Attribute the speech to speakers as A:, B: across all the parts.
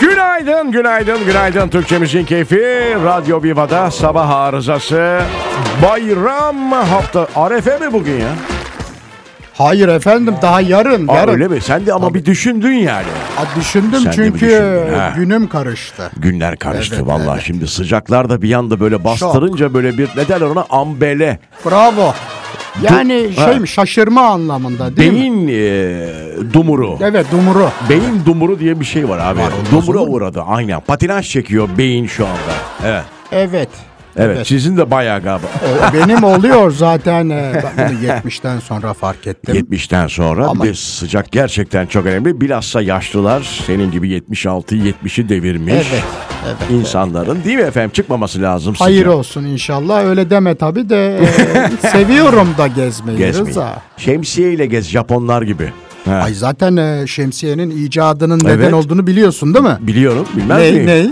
A: Günaydın, günaydın, günaydın. Türkçemizin keyfi Radyo Viva'da sabah arızası. Bayram hafta. Arefe mi bugün ya?
B: Hayır efendim daha yarın.
A: Aa,
B: yarın.
A: öyle mi? Sen de ama bir düşündün yani.
B: Aa, düşündüm
A: Sen de bir
B: çünkü
A: düşündün, ha.
B: günüm karıştı.
A: Günler karıştı
B: Evet,
A: vallahi. Şimdi sıcaklar da bir anda böyle bastırınca böyle bir neden ona ambele.
B: Bravo. Yani
A: Du-
B: şey
A: Ha.
B: mi şaşırma anlamında değil mi?
A: Beyin e, dumuru.
B: Evet dumuru.
A: Beyin dumuru diye bir şey var abi.
B: Var, olmaz
A: Dumura
B: olur mu?
A: uğradı aynen. Patinaj çekiyor beyin şu anda. Evet.
B: Evet.
A: Evet, sizin de bayağı galiba.
B: O benim oluyor zaten e, ben bunu 70'ten sonra fark ettim.
A: 70'ten sonra
B: Ama-
A: bir sıcak gerçekten çok önemli. Bilhassa yaşlılar senin gibi 76-70'i devirmiş.
B: Evet, evet.
A: İnsanların değil mi efendim çıkmaması lazım.
B: Hayır
A: sıcak.
B: olsun inşallah öyle deme tabi de e, seviyorum da gezmeyi
A: Gezmeyin.
B: Rıza.
A: Şemsiye ile gez Japonlar gibi. He.
B: Ay zaten e, şemsiyenin icadının
A: Evet.
B: neden olduğunu biliyorsun değil mi?
A: Biliyorum bilmem
B: Ney
A: miyim?
B: ney?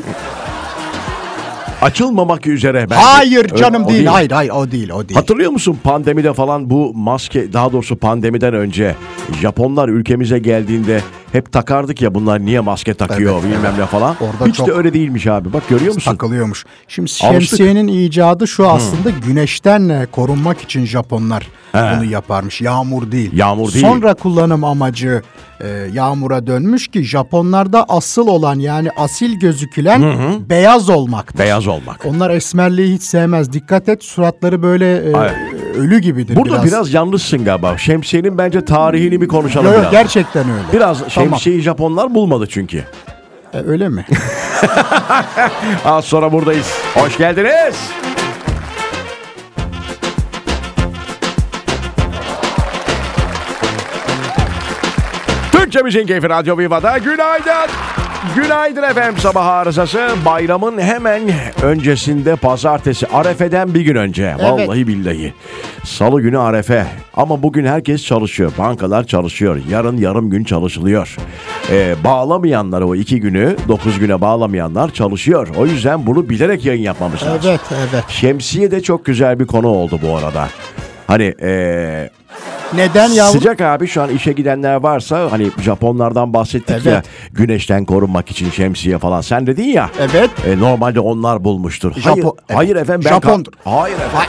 A: Açılmamak üzere. ben-
B: Hayır
A: Ö-
B: canım
A: o
B: değil. Hayır hayır o değil o değil.
A: Hatırlıyor musun pandemide falan bu maske daha doğrusu pandemiden önce Japonlar ülkemize geldiğinde hep takardık ya bunlar niye maske takıyor
B: Evet,
A: bilmem ne falan.
B: Orada
A: Hiç
B: çok-
A: de öyle değilmiş abi bak görüyor musun?
B: takılıyormuş. Şimdi
A: Alıştık.
B: şemsiyenin icadı şu aslında güneşten e, korunmak için Japonlar bunu yaparmış. Yağmur değil.
A: Yağmur değil.
B: Sonra kullanım amacı e, yağmura dönmüş ki Japonlarda asıl olan yani asil gözükülen beyaz olmak.
A: Beyaz olmak.
B: Onlar esmerliği hiç sevmez. Dikkat et suratları böyle e,
A: Ay.
B: ölü gibidir
A: Burada biraz,
B: biraz.
A: yanlışsın galiba. Şemsiyenin bence tarihini bir konuşalım
B: Yo, yo,
A: biraz.
B: gerçekten öyle.
A: Biraz
B: Tamam.
A: şemsiyeyi Japonlar bulmadı çünkü.
B: E, öyle mi?
A: Az sonra buradayız. Hoş geldiniz. Türkçe Müziğin Keyfi Radyo Viva'da günaydın. Günaydın efendim sabah arızası bayramın hemen öncesinde pazartesi Arefe'den bir gün önce. Vallahi billahi. Salı günü Arefe ama bugün herkes çalışıyor. Bankalar çalışıyor. Yarın yarım gün çalışılıyor. Ee, bağlamayanlar o iki günü dokuz güne bağlamayanlar çalışıyor. O yüzden bunu bilerek yayın yapmamız lazım.
B: evet evet.
A: Şemsiye de çok güzel bir konu oldu bu arada. Hani eee
B: Neden yavrum?
A: Sıcak abi şu an işe gidenler varsa hani Japonlardan bahsettik
B: Evet.
A: ya güneşten korunmak için şemsiye falan sen dedin ya.
B: Evet.
A: E, normalde onlar bulmuştur. hayır,
B: Japon- evet.
A: hayır efendim ben
B: Japondur.
A: kal- Hayır efendim.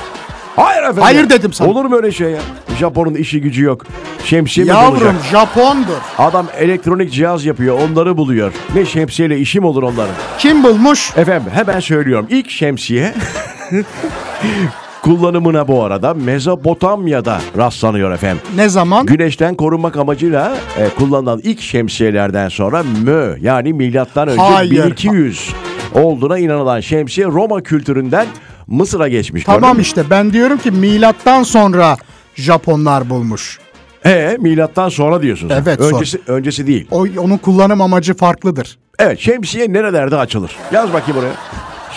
A: Hayır efendim.
B: Hayır dedim sana.
A: Olur mu öyle şey ya? Japon'un işi gücü yok. Şemsiye mi bulacak?
B: Yavrum Japondur.
A: Adam elektronik cihaz yapıyor onları buluyor. Ne şemsiyeyle işim olur onların.
B: Kim bulmuş?
A: Efendim hemen söylüyorum. İlk şemsiye kullanımına bu arada Mezopotamya'da rastlanıyor efendim.
B: Ne zaman?
A: Güneşten korunmak amacıyla e, kullanılan ilk şemsiyelerden sonra mö yani milattan önce
B: Hayır.
A: 1200 olduğuna inanılan şemsiye Roma kültüründen Mısır'a geçmiş.
B: Tamam işte ben diyorum ki milattan sonra Japonlar bulmuş.
A: E milattan sonra diyorsunuz.
B: Evet, sonra.
A: Öncesi öncesi değil.
B: O onun kullanım amacı farklıdır.
A: Evet şemsiye nerelerde açılır? Yaz bakayım buraya.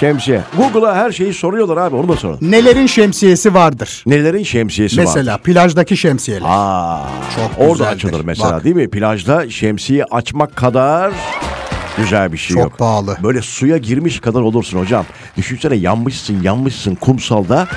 A: Şemsiye. Google'a her şeyi soruyorlar abi onu da sorun.
B: Nelerin şemsiyesi vardır?
A: Nelerin şemsiyesi var?
B: Mesela plajdaki şemsiyeler.
A: Aa,
B: Çok
A: orada
B: güzeldir.
A: açılır mesela
B: Bak.
A: değil mi? Plajda şemsiye açmak kadar güzel bir şey
B: Çok
A: yok.
B: pahalı.
A: Böyle suya girmiş kadar olursun hocam. Düşünsene yanmışsın yanmışsın kumsalda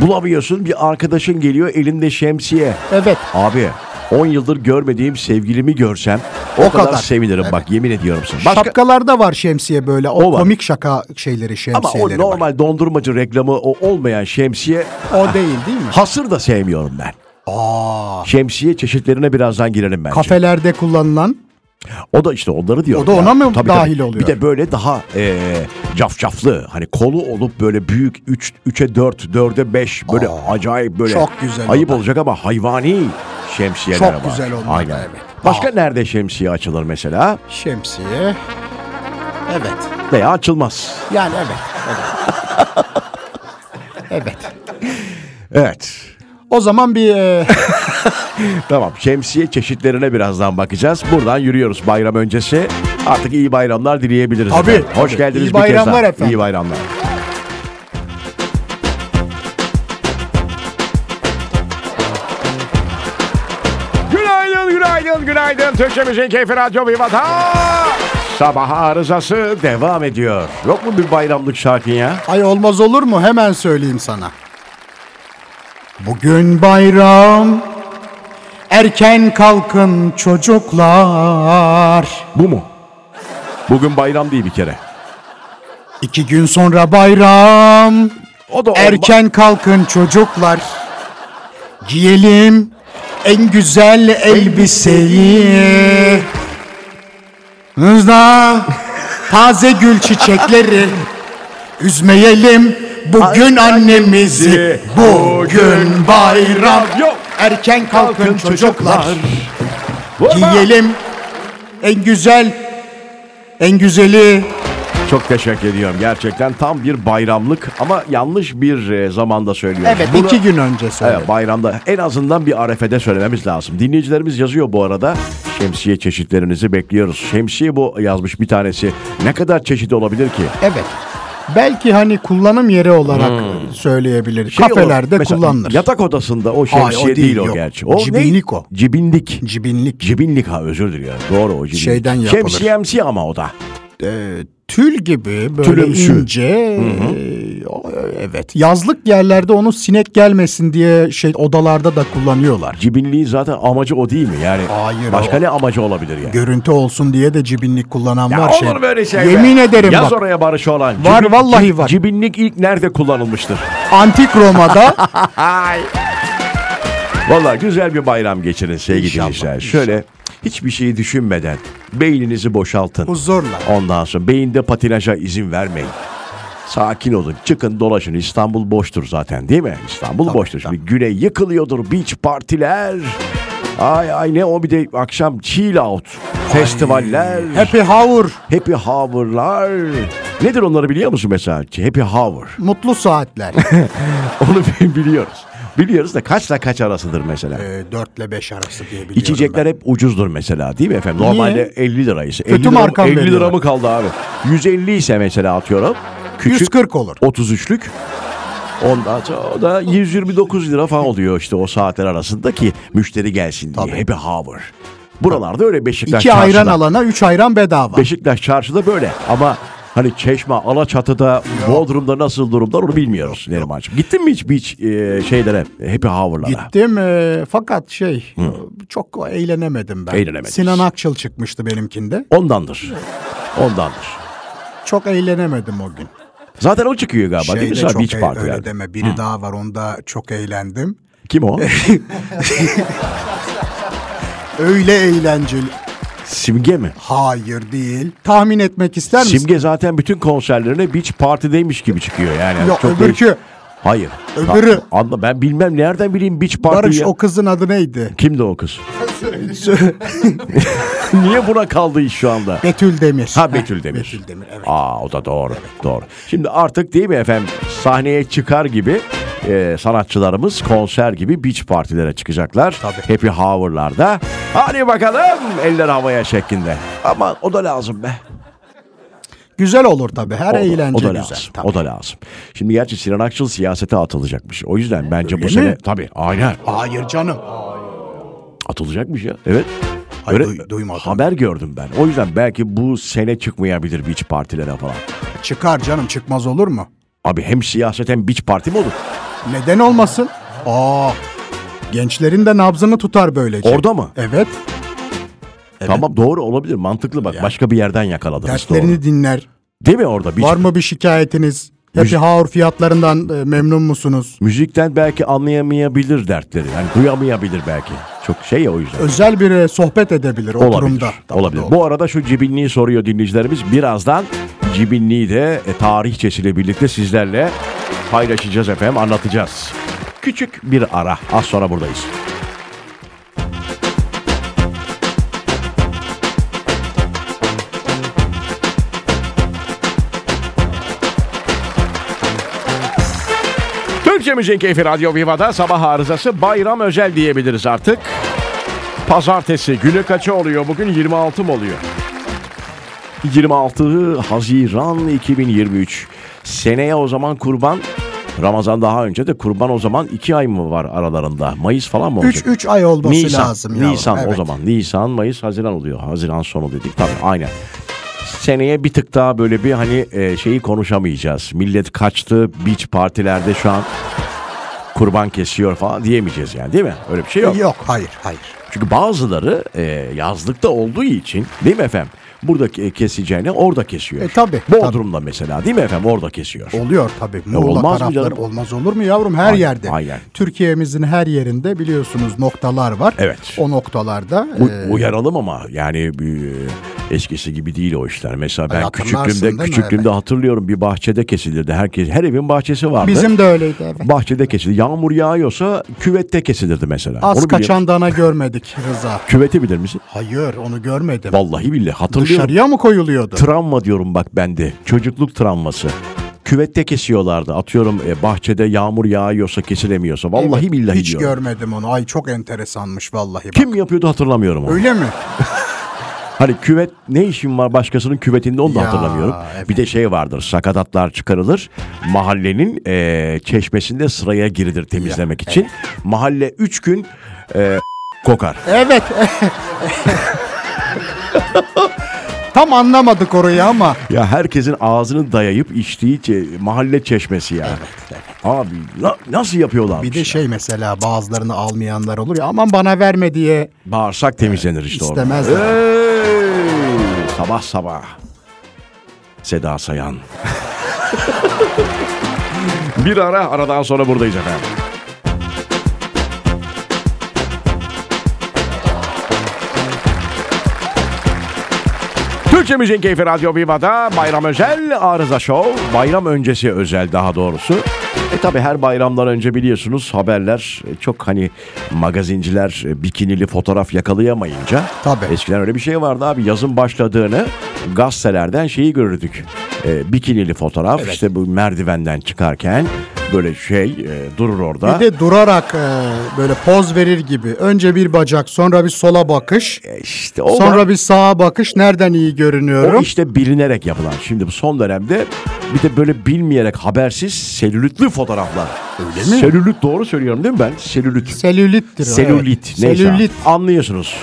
A: bulamıyorsun bir arkadaşın geliyor elinde şemsiye.
B: Evet.
A: Abi 10 yıldır görmediğim sevgilimi görsem o,
B: O
A: kadar,
B: kadar.
A: sevinirim bak yemin ediyorum sana. Başka-
B: Şapkalarda var şemsiye böyle. O,
A: O var.
B: komik şaka şeyleri
A: ama o
B: şemsiyeleri. var.
A: normal dondurmacı reklamı o olmayan şemsiye
B: O değil değil mi?
A: hasır da sevmiyorum ben.
B: Aa,
A: Şemsiye çeşitlerine birazdan girelim bence.
B: kafelerde kullanılan
A: O da işte onları diyor.
B: O da ona mı dahil oluyor?
A: Bir de böyle daha e, cafcaflı hani kolu olup böyle büyük 3 3'e 4, 4'e 5 böyle acayip böyle
B: çok güzel o
A: ayıp
B: da.
A: olacak ama hayvani şemsiyeler
B: Çok
A: var.
B: güzel onlar da, evet.
A: Başka
B: Aa.
A: nerede şemsiye açılır mesela
B: şemsiye. Evet.
A: veya açılmaz.
B: Yani evet. Evet. evet.
A: Evet.
B: O zaman bir e,
A: Tamam şemsiye çeşitlerine birazdan bakacağız. Buradan yürüyoruz bayram öncesi. Artık iyi bayramlar dileyebiliriz.
B: Tabii,
A: efendim. Hoş
B: tabii.
A: geldiniz
B: İyi
A: bir kez
B: bayramlar
A: daha.
B: efendim.
A: İyi bayramlar. Günaydın, günaydın, günaydın. Türkçe Müzik Keyfi Radyo Viva'da. Sabah arızası devam ediyor. Yok mu bir bayramlık şarkın ya?
B: Ay olmaz olur mu? Hemen söyleyeyim sana. Bugün bayram. Erken kalkın çocuklar.
A: Bu mu? Bugün bayram değil bir kere.
B: İki gün sonra bayram.
A: O da olma-
B: Erken kalkın çocuklar. Giyelim en güzel elbiseyi. Hızla taze gül çiçekleri. Üzmeyelim bugün annemizi. Bugün bayram.
A: Yok.
B: Erken kalkın çocuklar.
A: Vurma.
B: Giyelim en güzel en güzeli
A: Çok teşekkür ediyorum. Gerçekten tam bir bayramlık ama yanlış bir e, zamanda söylüyorum.
B: Evet
A: Bunu-
B: iki gün önce söyledim.
A: Evet, bayramda en azından bir arefede söylememiz lazım. Dinleyicilerimiz yazıyor bu arada. Şemsiye çeşitlerinizi bekliyoruz. Şemsiye bu yazmış bir tanesi. Ne kadar çeşit olabilir ki?
B: Evet. Belki hani kullanım yeri olarak söyleyebilir.
A: Hmm. Şey olur,
B: Kafelerde
A: mesela
B: kullanılır.
A: Yatak odasında o şemsiye
B: Hayır,
A: değil,
B: o değil,
A: o
B: yok.
A: gerçi. O
B: Cibinlik
A: ne?
B: o.
A: Cibinlik.
B: Cibinlik.
A: Cibinlik ha özür diliyorum. Doğru o cibinlik.
B: Şeyden yapılır.
A: Şemsiyemsi ama o da.
B: Tül gibi böyle
A: Tülümsü.
B: ince. e, o- Evet. Yazlık yerlerde onu sinek gelmesin diye şey odalarda da kullanıyorlar.
A: Cibinliğin zaten amacı o değil mi? Yani
B: Hayır,
A: başka
B: o-
A: ne amacı olabilir yani?
B: Görüntü olsun diye de cibinlik kullanan var.
A: olur
B: şey.
A: böyle şey. be.
B: Yemin ederim
A: Yaz
B: bak.
A: oraya Barış olan.
B: Var, vallahi var.
A: Cibinlik ilk nerede kullanılmıştır?
B: Antik Roma'da
A: Valla güzel bir bayram geçirin sevgili
B: İnşallah,
A: dinleyiciler. Şöyle hiçbir şeyi düşünmeden beyninizi boşaltın.
B: huzurla.
A: Ondan sonra beyinde patinaja izin vermeyin. Sakin olun. Çıkın dolaşın. İstanbul boştur zaten değil mi? İstanbul boştur. Şimdi güney yıkılıyordur. Beach partiler. Ay ay ne o bir de akşam chill out. Festivaller.
B: Happy Hour.
A: Happy Hour'lar. Nedir onları biliyor musun mesela? Happy Hour.
B: Mutlu saatler.
A: Onu biliyoruz. Biliyoruz da kaçla kaç arasıdır mesela.
B: e, 4 ile 5 arası diye biliyorum
A: İçecekler hep ucuzdur mesela değil mi efendim? Normalde 50 liraysa. 50 lira,
B: markam
A: 50 lira
B: veriyorlar.
A: mı kaldı abi? 150 ise mesela atıyorum.
B: ben.
A: Küçük
B: 140 olur.
A: 33'lük. Ondan sonra o da 129 lira falan oluyor işte o saatler arasında ki müşteri gelsin diye. Happy Hour. Buralarda öyle Beşiktaş
B: İki ayran
A: çarşıda.
B: alana 3 ayran bedava.
A: Beşiktaş çarşıda böyle ama hani Çeşme, Alaçatı'da, Bodrum'da nasıl durumlar onu bilmiyoruz Neriman'cığım. Gittin mi hiç beach e, şeylere, happy hour'lara?
B: Gittim e, fakat şey çok eğlenemedim ben.
A: Eğlenemediniz.
B: Sinan Akçıl çıkmıştı benimkinde.
A: Ondandır. Ondandır.
B: Çok eğlenemedim o gün.
A: Zaten o çıkıyor galiba değil mi?
B: Şeyde
A: Mesela
B: çok
A: beach
B: eğ- öyle
A: partilerde.
B: deme biri daha var onda çok eğlendim.
A: Kim o?
B: Öyle eğlenceli.
A: Simge mi?
B: Hayır değil. Tahmin etmek ister misin?
A: Simge zaten bütün konserlerine beach partideymiş gibi çıkıyor yani.
B: Yok,
A: değişik.
B: öbürkü.
A: Hayır.
B: Öbürü.
A: Tamam, Anla, ben bilmem nereden bileyim beach
B: Barış
A: party.
B: o kızın adı neydi?
A: Kimdi o kız? Niye buna kaldı iş şu anda?
B: Betül Demir.
A: Ha Betül Demir.
B: Betül Demir evet.
A: Aa o da doğru. Doğru. Şimdi artık değil mi efendim sahneye çıkar gibi e, sanatçılarımız konser gibi beach partilere çıkacaklar.
B: Tabii.
A: Happy hour'larda. Hadi bakalım eller havaya şeklinde. Ama o da lazım be.
B: Güzel olur tabii. Her
A: O da,
B: eğlence
A: o da
B: güzel.
A: lazım.
B: tabii.
A: O da lazım. Şimdi gerçi Sinan Akçıl siyasete atılacakmış. O yüzden bence bu
B: mi?
A: sene tabii aynen
B: Hayır canım.
A: atılacakmış ya. Evet.
B: Ay,
A: Öyle
B: duy- duymadım.
A: haber gördüm ben. O yüzden belki bu sene çıkmayabilir beach partilere falan.
B: Çıkar canım çıkmaz olur mu?
A: Abi hem siyaset hem beach parti mi olur?
B: Neden olmasın? Aa. Gençlerin de nabzını tutar böylece.
A: Orada mı?
B: Evet.
A: Tamam doğru olabilir mantıklı bak başka bir yerden yakaladınız
B: Dertlerini
A: doğru.
B: dinler.
A: Değil mi orada bir
B: Var mı bir şikayetiniz? Happy Hour fiyatlarından e, memnun musunuz?
A: müzikten belki anlayamayabilir dertleri yani duyamayabilir belki. Çok şey ya o yüzden.
B: Özel bir e, sohbet edebilir
A: Olabilir.
B: oturumda.
A: olabilir. Bu arada şu cibinliği soruyor dinleyicilerimiz. Birazdan cibinliği de e, tarihçesiyle birlikte sizlerle paylaşacağız efendim, anlatacağız. Küçük bir ara. Az sonra buradayız. Türkçe Müzik Keyfi Radyo Viva'da sabah arızası bayram özel diyebiliriz artık. Pazartesi günü kaça oluyor? Bugün 26 mı oluyor? 26 Haziran 2023. Seneye o zaman kurban. Ramazan daha önce de kurban o zaman 2 ay mı var aralarında? Mayıs falan mı olacak?
B: 3-3 ay olması
A: Nisan,
B: lazım. yavrum.
A: Nisan o
B: Evet.
A: zaman. Nisan, Mayıs, Haziran oluyor. Haziran sonu dedik. Tabii aynen. Seneye bir tık daha böyle bir hani e, şeyi konuşamayacağız. Millet kaçtı beach partilerde şu an. kurban kesiyor falan diyemeyeceğiz yani değil mi? Öyle bir şey yok.
B: Yok hayır hayır.
A: Çünkü bazıları e, yazlıkta olduğu için değil mi efendim? Burada ke- keseceğini orada kesiyor.
B: E, tabii,
A: Bodrum'da mesela değil mi efendim? Orada kesiyor.
B: Oluyor tabii. Muğla
A: E, olmaz mı
B: tarafları-
A: canım?
B: Olmaz olur mu yavrum? Her
A: Hayır,
B: yerde.
A: hayır.
B: Türkiye'mizin her yerinde biliyorsunuz noktalar var.
A: Evet.
B: O noktalarda
A: Bu-
B: e,
A: Uyaralım ama yani e, eskisi gibi değil o işler. Mesela ben
B: Hatırlarsın değil
A: küçüklüğümde
B: mi?
A: küçüklüğümde hatırlıyorum bir bahçede kesilirdi. Herkes her evin bahçesi vardı.
B: bizim de öyleydi evet.
A: bahçede kesildi. Yağmur yağıyorsa küvette kesilirdi mesela.
B: Az
A: Onu biliyor musun?
B: kaçan dana görmedik Rıza.
A: Küveti bilir misin?
B: Hayır onu görmedim.
A: Vallahi billahi hatırlıyorum.
B: Dışarıya mı koyuluyordu?
A: Travma diyorum bak bende. Çocukluk travması. Küvette kesiyorlardı. Atıyorum e, bahçede yağmur yağıyorsa kesilemiyorsa. Vallahi
B: Evet,
A: billahi
B: Hiç
A: diyorum.
B: görmedim onu. Ay çok enteresanmış vallahi. bak.
A: Kim yapıyordu hatırlamıyorum onu.
B: Öyle mi?
A: Hani küvet ne işin var başkasının küvetinde onu da
B: Ya,
A: hatırlamıyorum.
B: evet.
A: Bir de şey vardır sakatatlar çıkarılır. Mahallenin e, çeşmesinde sıraya girilir temizlemek için. Mahalle 3 gün e, kokar.
B: Evet. Tam anlamadık orayı ama.
A: Ya herkesin ağzını dayayıp içtiği çe- mahalle çeşmesi yani. Abi na- nasıl yapıyorlar?
B: Bir de şey mesela bazılarını almayanlar olur ya aman bana verme diye.
A: Bağırsak temizlenir işte orada.
B: İstemezler.
A: Hey! Sabah sabah. Seda Sayan. Bir ara aradan sonra buradayız efendim. Türkçe Müziğin Keyfi Radyo Viva'da bayram özel arıza show. Bayram öncesi özel daha doğrusu. E tabi her bayramdan önce biliyorsunuz haberler e, çok hani magazinciler e, bikinili fotoğraf yakalayamayınca.
B: Tabii.
A: Eskiden öyle bir şey vardı abi yazın başladığını gazetelerden şeyi görürdük. E, bikinili fotoğraf işte bu merdivenden çıkarken böyle şey e, durur orada.
B: Bir de durarak e, böyle poz verir gibi. Önce bir bacak sonra bir sola bakış.
A: E, işte o var.
B: Sonra bir sağa bakış. Nereden iyi
A: O
B: görünüyorum?
A: işte bilinerek yapılan. Şimdi bu son dönemde bir de böyle bilmeyerek habersiz selülitli fotoğraflar. Öyle mi? Selülit doğru söylüyorum değil mi ben? Selülit.
B: Selülittir. o,
A: Selülit.
B: evet.
A: Neyse.
B: Selülit.
A: Anlıyorsunuz.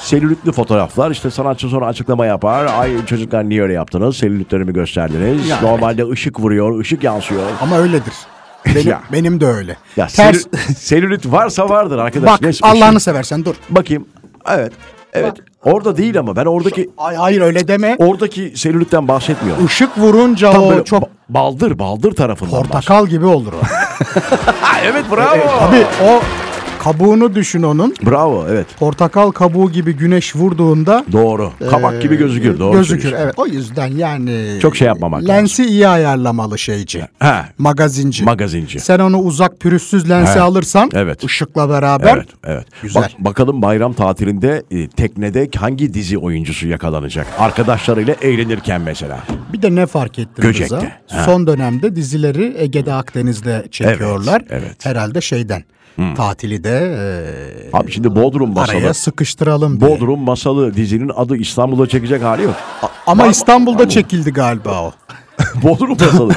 A: Selülitli fotoğraflar işte sanatçı sonra açıklama yapar. Ay çocuklar niye öyle yaptınız? Selülitlerimi gösterdiniz.
B: Ya,
A: Normalde ışık vuruyor, ışık yansıyor.
B: Ama öyledir. Benim,
A: Ya.
B: benim de öyle.
A: Ya
B: Ters.
A: selü- selülit varsa vardır arkadaş.
B: Bak
A: Neyse,
B: Allah'ını seversen dur.
A: ışık- Bakayım. Evet. Evet. Orada değil ama ben oradaki
B: Ay hayır öyle deme.
A: oradaki selülitten bahsetmiyorum.
B: Işık vurunca
A: Tam böyle
B: o çok
A: ba- baldır baldır tarafından bahsediyorum.
B: portakal gibi olur o.
A: Ha, evet bravo.
B: Tabii o kabuğunu düşün onun.
A: Bravo evet.
B: Portakal kabuğu gibi güneş vurduğunda
A: Doğru. Kabak gibi gözükür. Doğru
B: gözükür.
A: söylüyorsun.
B: Ee, Evet. O yüzden yani
A: Çok şey yapmamak
B: Lensi iyi ayarlamalı şeyci.
A: Ha.
B: Magazinci.
A: Magazinci.
B: Sen onu uzak pürüzsüz lensi
A: He.
B: alırsan
A: Evet.
B: ışıkla beraber
A: Evet, evet.
B: Güzel.
A: Bak- bakalım bayram tatilinde e, teknede hangi dizi oyuncusu yakalanacak? Arkadaşlarıyla eğlenirken mesela.
B: bir de ne fark ettin
A: Göcek'te.
B: Rıza?
A: He.
B: Son dönemde dizileri Ege'de Akdeniz'de çekiyorlar.
A: Evet, evet.
B: Herhalde şeyden tatili de e,
A: Abi şimdi Bodrum masalı.
B: araya sıkıştıralım diye.
A: Bodrum masalı dizinin adı İstanbul'da çekecek hali yok.
B: Ama
A: Var mı?
B: İstanbul'da çekildi galiba o.
A: Bodrum masalı.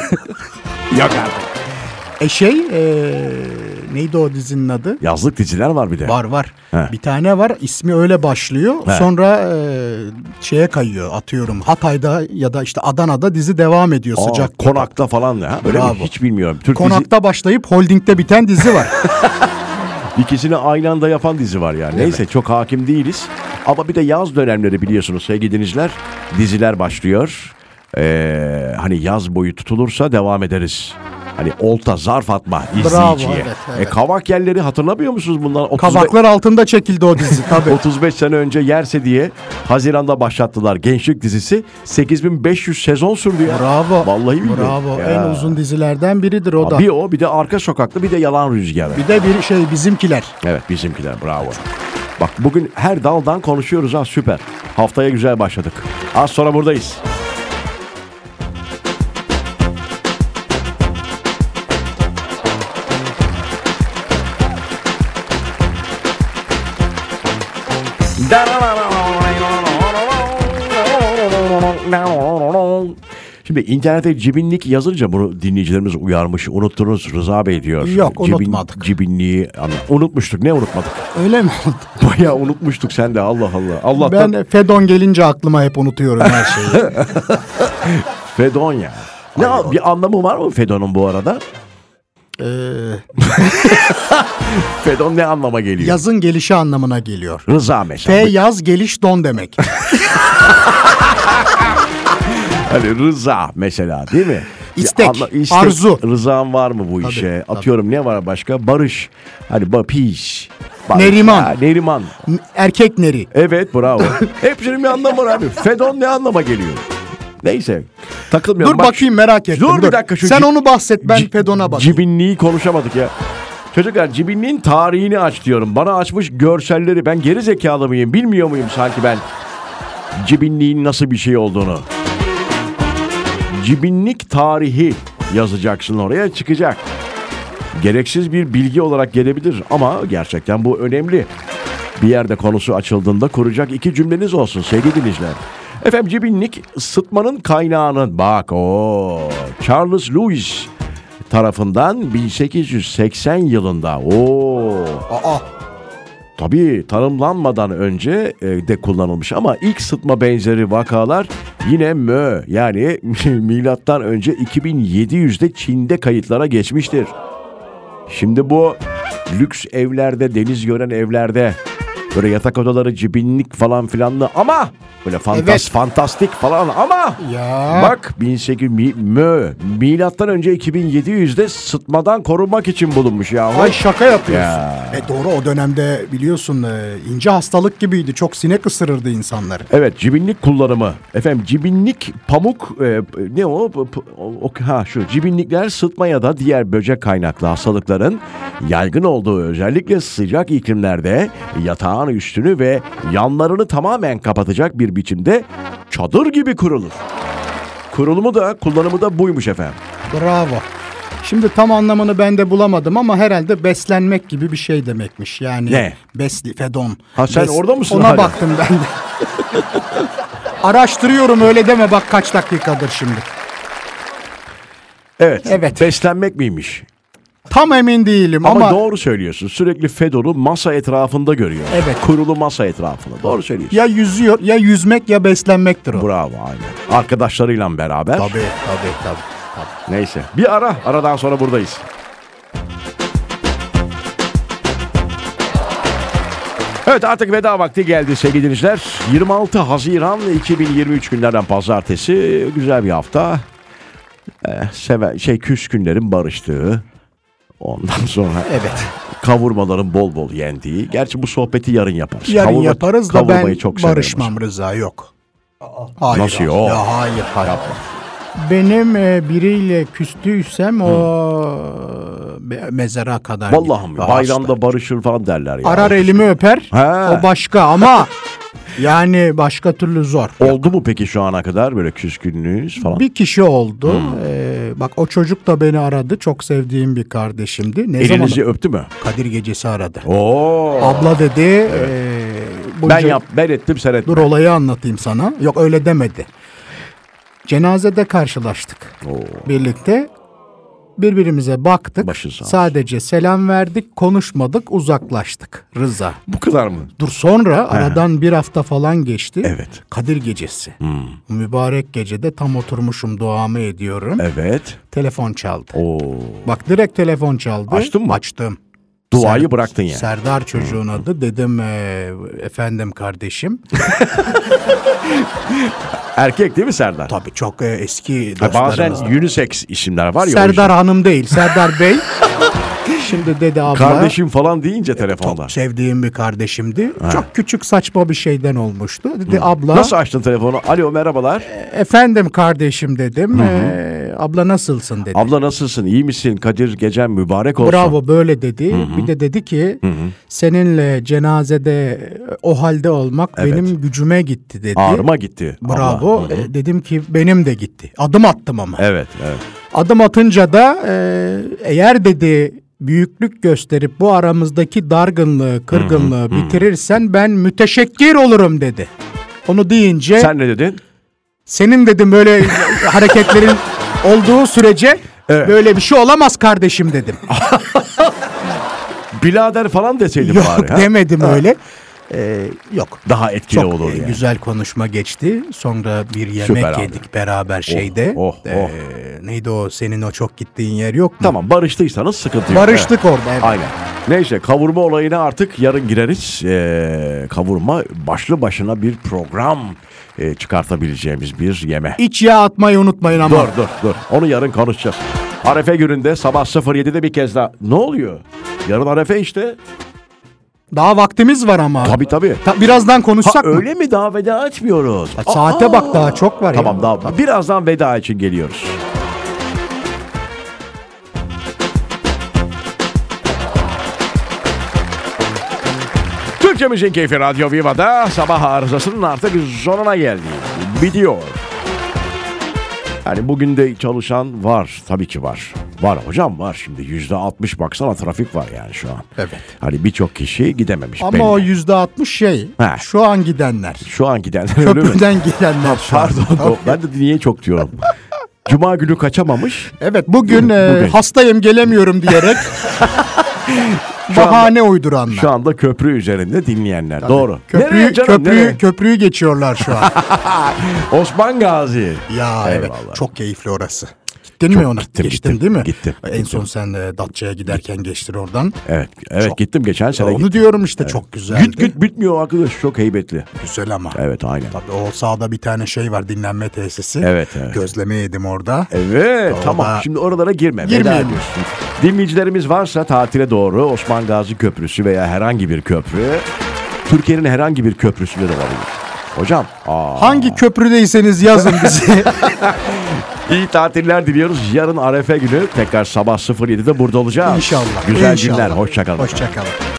A: yok artık.
B: E şey e, neydi o dizinin adı?
A: Yazlık diziler var bir de.
B: Var var.
A: He.
B: Bir tane var ismi öyle başlıyor.
A: He.
B: Sonra e, şeye kayıyor atıyorum. Hatay'da ya da işte Adana'da dizi devam ediyor
A: Aa,
B: sıcak.
A: Konakta falan ya. Öyle mi?
B: Bravo.
A: Hiç bilmiyorum. Türk dizi-
B: Konakta başlayıp holdingde biten dizi var.
A: İkisini aynı anda yapan dizi var yani. Neyse çok hakim değiliz. Ama bir de yaz dönemleri biliyorsunuz sevgili dinleyiciler. Diziler başlıyor. Ee, hani yaz boyu tutulursa devam ederiz. Hani olta, zarf atma izleyiciye.
B: evet, evet.
A: E, kavak yerleri hatırlamıyor musunuz bunlar? 35
B: Kavaklar altında çekildi o dizi tabii.
A: 35 sene önce yerse diye Haziran'da başlattılar gençlik dizisi. 8500 sezon sürdü ya.
B: Bravo.
A: Vallahi billahi.
B: Bravo.
A: Ya.
B: En uzun dizilerden biridir o da.
A: Bir o bir de arka sokaklı bir de yalan rüzgarı.
B: Bir de bir şey bizimkiler.
A: Evet bizimkiler bravo. Bak bugün her daldan konuşuyoruz ha süper. Haftaya güzel başladık. Az sonra buradayız. Şimdi internete cibinlik yazınca bunu dinleyicilerimiz uyarmış. Unuttunuz Rıza Bey diyor.
B: Yok, unutmadık.
A: Cibinliği anla. Unutmuştuk. Ne unutmadık?
B: Öyle mi oldu?
A: Bayağı unutmuştuk sen de Allah Allah. Allah'tan
B: Ben Fedon gelince aklıma hep unutuyorum her şeyi.
A: Fedon ya. Ne, bir anlamı var mı Fedon'un bu arada?
B: Ee,
A: Fedon ne anlama geliyor?
B: yazın gelişi anlamına geliyor.
A: Rıza
B: F
A: mesela.
B: yaz geliş don demek.
A: Hani Rıza mesela değil mi?
B: İstek,
A: Ya
B: arzu.
A: Rızan var mı bu işe?
B: tabii.
A: Atıyorum ne var başka? Barış. Hani ba- piş. Barış.
B: Neriman.
A: Ha, Neriman.
B: Erkek neri.
A: Evet bravo. Hepsinin bir anlamı var abi. Fedon ne anlama geliyor? Neyse. Takılmayalım.
B: Dur
A: Bak-
B: bakayım merak ettim.
A: Dur bir dakika şu
B: Sen
A: cib-
B: onu bahset ben
A: Ci-
B: Fedon'a bakayım.
A: Cibinliği konuşamadık ya. Çocuklar cibinliğin tarihini aç diyorum. Bana açmış görselleri. Ben geri zekalı mıyım? Bilmiyor muyum sanki ben? Cibinliğin nasıl bir şey olduğunu. Cibinlik tarihi yazacaksın oraya çıkacak. Gereksiz bir bilgi olarak gelebilir ama gerçekten bu önemli. Bir yerde konusu açıldığında kuracak iki cümleniz olsun sevgili dinleyiciler. Efendim cibinlik sıtmanın kaynağının bak o Charles Lewis tarafından 1880 yılında o
B: Aa,
A: tabii tanımlanmadan önce e, de kullanılmış ama ilk sıtma benzeri vakalar yine mö yani milattan önce 2700'de Çin'de kayıtlara geçmiştir. Şimdi bu lüks evlerde, deniz gören evlerde böyle yatak odaları cibinlik falan filanlı ama böyle fantas
B: Evet.
A: fantastik falan ama
B: Ya.
A: bak 1800 mi- mö milattan önce 2700'de sıtmadan korunmak için bulunmuş ya.
B: ay şaka yapıyorsun.
A: Ya.
B: E doğru o dönemde biliyorsun e, ince hastalık gibiydi. Çok sinek ısırırdı insanları.
A: Evet cibinlik kullanımı. Efendim cibinlik pamuk e, ne o? P- p- o- o- ha şu cibinlikler sıtma ya da diğer böcek kaynaklı hastalıkların yaygın olduğu özellikle sıcak iklimlerde yatağın üstünü ve yanlarını tamamen kapatacak bir biçimde çadır gibi kurulur. Kurulumu da kullanımı da buymuş efendim.
B: Bravo. Şimdi tam anlamını ben de bulamadım ama herhalde beslenmek gibi bir şey demekmiş. Yani
A: Ne?
B: besli fedon.
A: Ha, sen orada mısın
B: Ona
A: hala?
B: baktım ben de. Araştırıyorum öyle deme bak kaç dakikadır şimdi.
A: Evet.
B: Evet.
A: Beslenmek miymiş?
B: Tam emin değilim
A: Ama,
B: ama,
A: doğru söylüyorsun. Sürekli Fedor'u masa etrafında görüyor.
B: Evet.
A: Kurulu masa etrafında. Doğru söylüyorsun.
B: ya yüzüyor ya yüzmek ya beslenmektir o.
A: Bravo aynen. Arkadaşlarıyla beraber.
B: Tabii tabii tabii. tabii.
A: Neyse. Bir ara. Aradan sonra buradayız. Evet artık veda vakti geldi sevgili dinleyiciler. 26 Haziran 2023 günlerden pazartesi. Güzel bir hafta. Ee, seve, şey küs günlerin barıştığı. Ondan sonra
B: Evet.
A: kavurmaların bol bol yendiği. Gerçi bu sohbeti yarın yaparız.
B: Yarın
A: Kavurma-
B: yaparız da
A: kavurmayı
B: ben
A: severim.
B: barışmam Rıza yok. Hayır,
A: Nasıl
B: hayır.
A: yok?
B: Ya hayır hayır. Benim e, biriyle küstüysem o be- mezara kadar.
A: Vallahi mi?
B: gider.
A: Bayramda barışır falan derler ya.
B: Arar elimi öper.
A: He.
B: O başka ama yani başka türlü zor.
A: Oldu mu peki şu ana kadar böyle küskünlüğünüz falan?
B: Bir kişi oldu. E, bak o çocuk da beni aradı. Çok sevdiğim bir kardeşimdi. Ne
A: Elinizi
B: zaman?
A: öptü mü?
B: Kadir gecesi aradı.
A: Oo.
B: Abla dedi. e, bu
A: ben
B: ce-
A: yap, ben ettim, sen ettin.
B: Dur olayı anlatayım sana. Yok öyle demedi. Cenazede karşılaştık. Birlikte birbirimize baktık.
A: Başı sağ olsun.
B: Sadece selam verdik, konuşmadık, uzaklaştık. Rıza.
A: Bu kadar mı?
B: Dur sonra aradan bir hafta falan geçti.
A: Evet. Hmm.
B: Kadir gecesi. Bu Mübarek gecede tam oturmuşum duamı ediyorum.
A: Evet.
B: Telefon çaldı.
A: Oo.
B: Bak direkt telefon çaldı.
A: Açtın mı?
B: Açtım.
A: Duayı
B: Ser-
A: bıraktın yani. Hmm.
B: Serdar çocuğun adı. Dedim "Ee, efendim kardeşim.
A: Erkek değil mi Serdar?
B: Tabii çok e, eski
A: Ha, bazen
B: dostlarımız.
A: unisex isimler var ya. o
B: Serdar Hanım değil, Serdar Bey. Şimdi dedi abla.
A: yüzden. Kardeşim falan
B: E,
A: deyince telefonda.
B: Çok sevdiğim bir kardeşimdi. Çok küçük saçma bir şeyden olmuştu. Dedi abla.
A: Nasıl açtın telefonu? Alo merhabalar.
B: E, Efendim kardeşim dedim. "Ee, abla nasılsın dedi.
A: Abla nasılsın? İyi misin? Kadir gecen mübarek olsun.
B: Bravo böyle dedi. Bir de dedi ki seninle cenazede e, o halde olmak benim gücüme gitti dedi.
A: Ağrıma gitti. abla.
B: Bravo.
A: Hı hı.
B: E, Dedim ki benim de gitti. Adım attım ama.
A: Evet, evet.
B: Adım atınca da e, eğer dedi büyüklük gösterip bu aramızdaki dargınlığı, kırgınlığı bitirirsen ben müteşekkir olurum dedi. Onu deyince
A: Sen ne dedin?
B: senin dedim böyle hareketlerin olduğu sürece
A: Evet.
B: böyle bir şey olamaz kardeşim dedim.
A: Bilader falan deseydin
B: Yok
A: bari. ha?
B: demedim öyle. e, yok.
A: Daha etkili
B: Çok
A: olur
B: e,
A: yani.
B: güzel konuşma geçti. Sonra bir yemek
A: Süper abi.
B: yedik beraber şeyde.
A: oh, oh.
B: E, neydi o senin o çok gittiğin yer yok mu?
A: Tamam barıştıysanız sıkıntı yok.
B: Barıştık orada. Evet.
A: Evet. Aynen. Neyse kavurma olayına artık yarın gireriz. Ee, kavurma başlı başına bir program e, çıkartabileceğimiz bir yeme.
B: İç yağ atmayı unutmayın ama.
A: Dur dur dur. Onu yarın konuşacağız. Arefe gününde sabah 07'de bir kez daha. Ne oluyor? Yarın Arefe işte.
B: Daha vaktimiz var ama.
A: Tabii tabii.
B: Ta- birazdan konuşsak
A: Ha,
B: mı?
A: öyle mi daha veda etmiyoruz?
B: Ha, saate
A: Aa!
B: bak daha çok var ya.
A: Tamam daha birazdan veda için geliyoruz. Türkçe Müziğin Keyfi Radyo Viva'da sabah arızasının artık sonuna geldi. Biliyor. Yani bugün de çalışan var. Tabii ki var. Var hocam var. Şimdi yüzde altmış baksana trafik var yani şu an.
B: Evet.
A: Hani birçok kişi gidememiş.
B: Ama
A: belli.
B: o yüzde altmış şey.
A: Ha.
B: Şu an gidenler.
A: Şu an gidenler öyle mi?
B: Köprüden gidenler. şu an.
A: Pardon do- ben de niye çok diyorum. Cuma günü kaçamamış.
B: Evet bugün, e,
A: Bugün.
B: hastayım gelemiyorum diyerek bahane uyduranlar.
A: Şu anda köprü üzerinde dinleyenler. Doğru.
B: Köprüyü,
A: Nereye canım,
B: köprüyü,
A: nereye?
B: köprüyü geçiyorlar şu an.
A: Osman Gazi.
B: ya evet.
A: Eyvallah.
B: Çok keyifli orası. Gittin mi ona?
A: gittim,
B: Geçtin
A: gittim,
B: değil mi?
A: gittim,
B: En son sen e, Datça'ya giderken geçtin oradan.
A: Evet, evet
B: Çok-
A: gittim geçen sene.
B: Onu
A: gittim.
B: diyorum işte çok güzel.
A: Güt güt bitmiyor arkadaş. Çok heybetli.
B: Güzel ama.
A: Evet aynen.
B: Tabii o sağda bir tane şey var dinlenme tesisi.
A: Evet, evet. E,
B: Gözleme yedim orada.
A: Evet
B: Doğru
A: tamam
B: da-
A: şimdi oralara girme. veda
B: Girmeyeyim.
A: ediyorsun. Dinleyicilerimiz varsa tatile doğru Osman Gazi Köprüsü veya herhangi bir köprü. Türkiye'nin herhangi bir köprüsünde de olabilir. Hocam aa,
B: Hangi köprüdeyseniz yazın bizi.
A: iyi tatiller diliyoruz. Yarın Arefe günü tekrar sabah 07'de burada olacağız.
B: İnşallah.
A: Güzel
B: İnşallah.
A: günler. Hoşçakalın.
B: Hoşçakalın.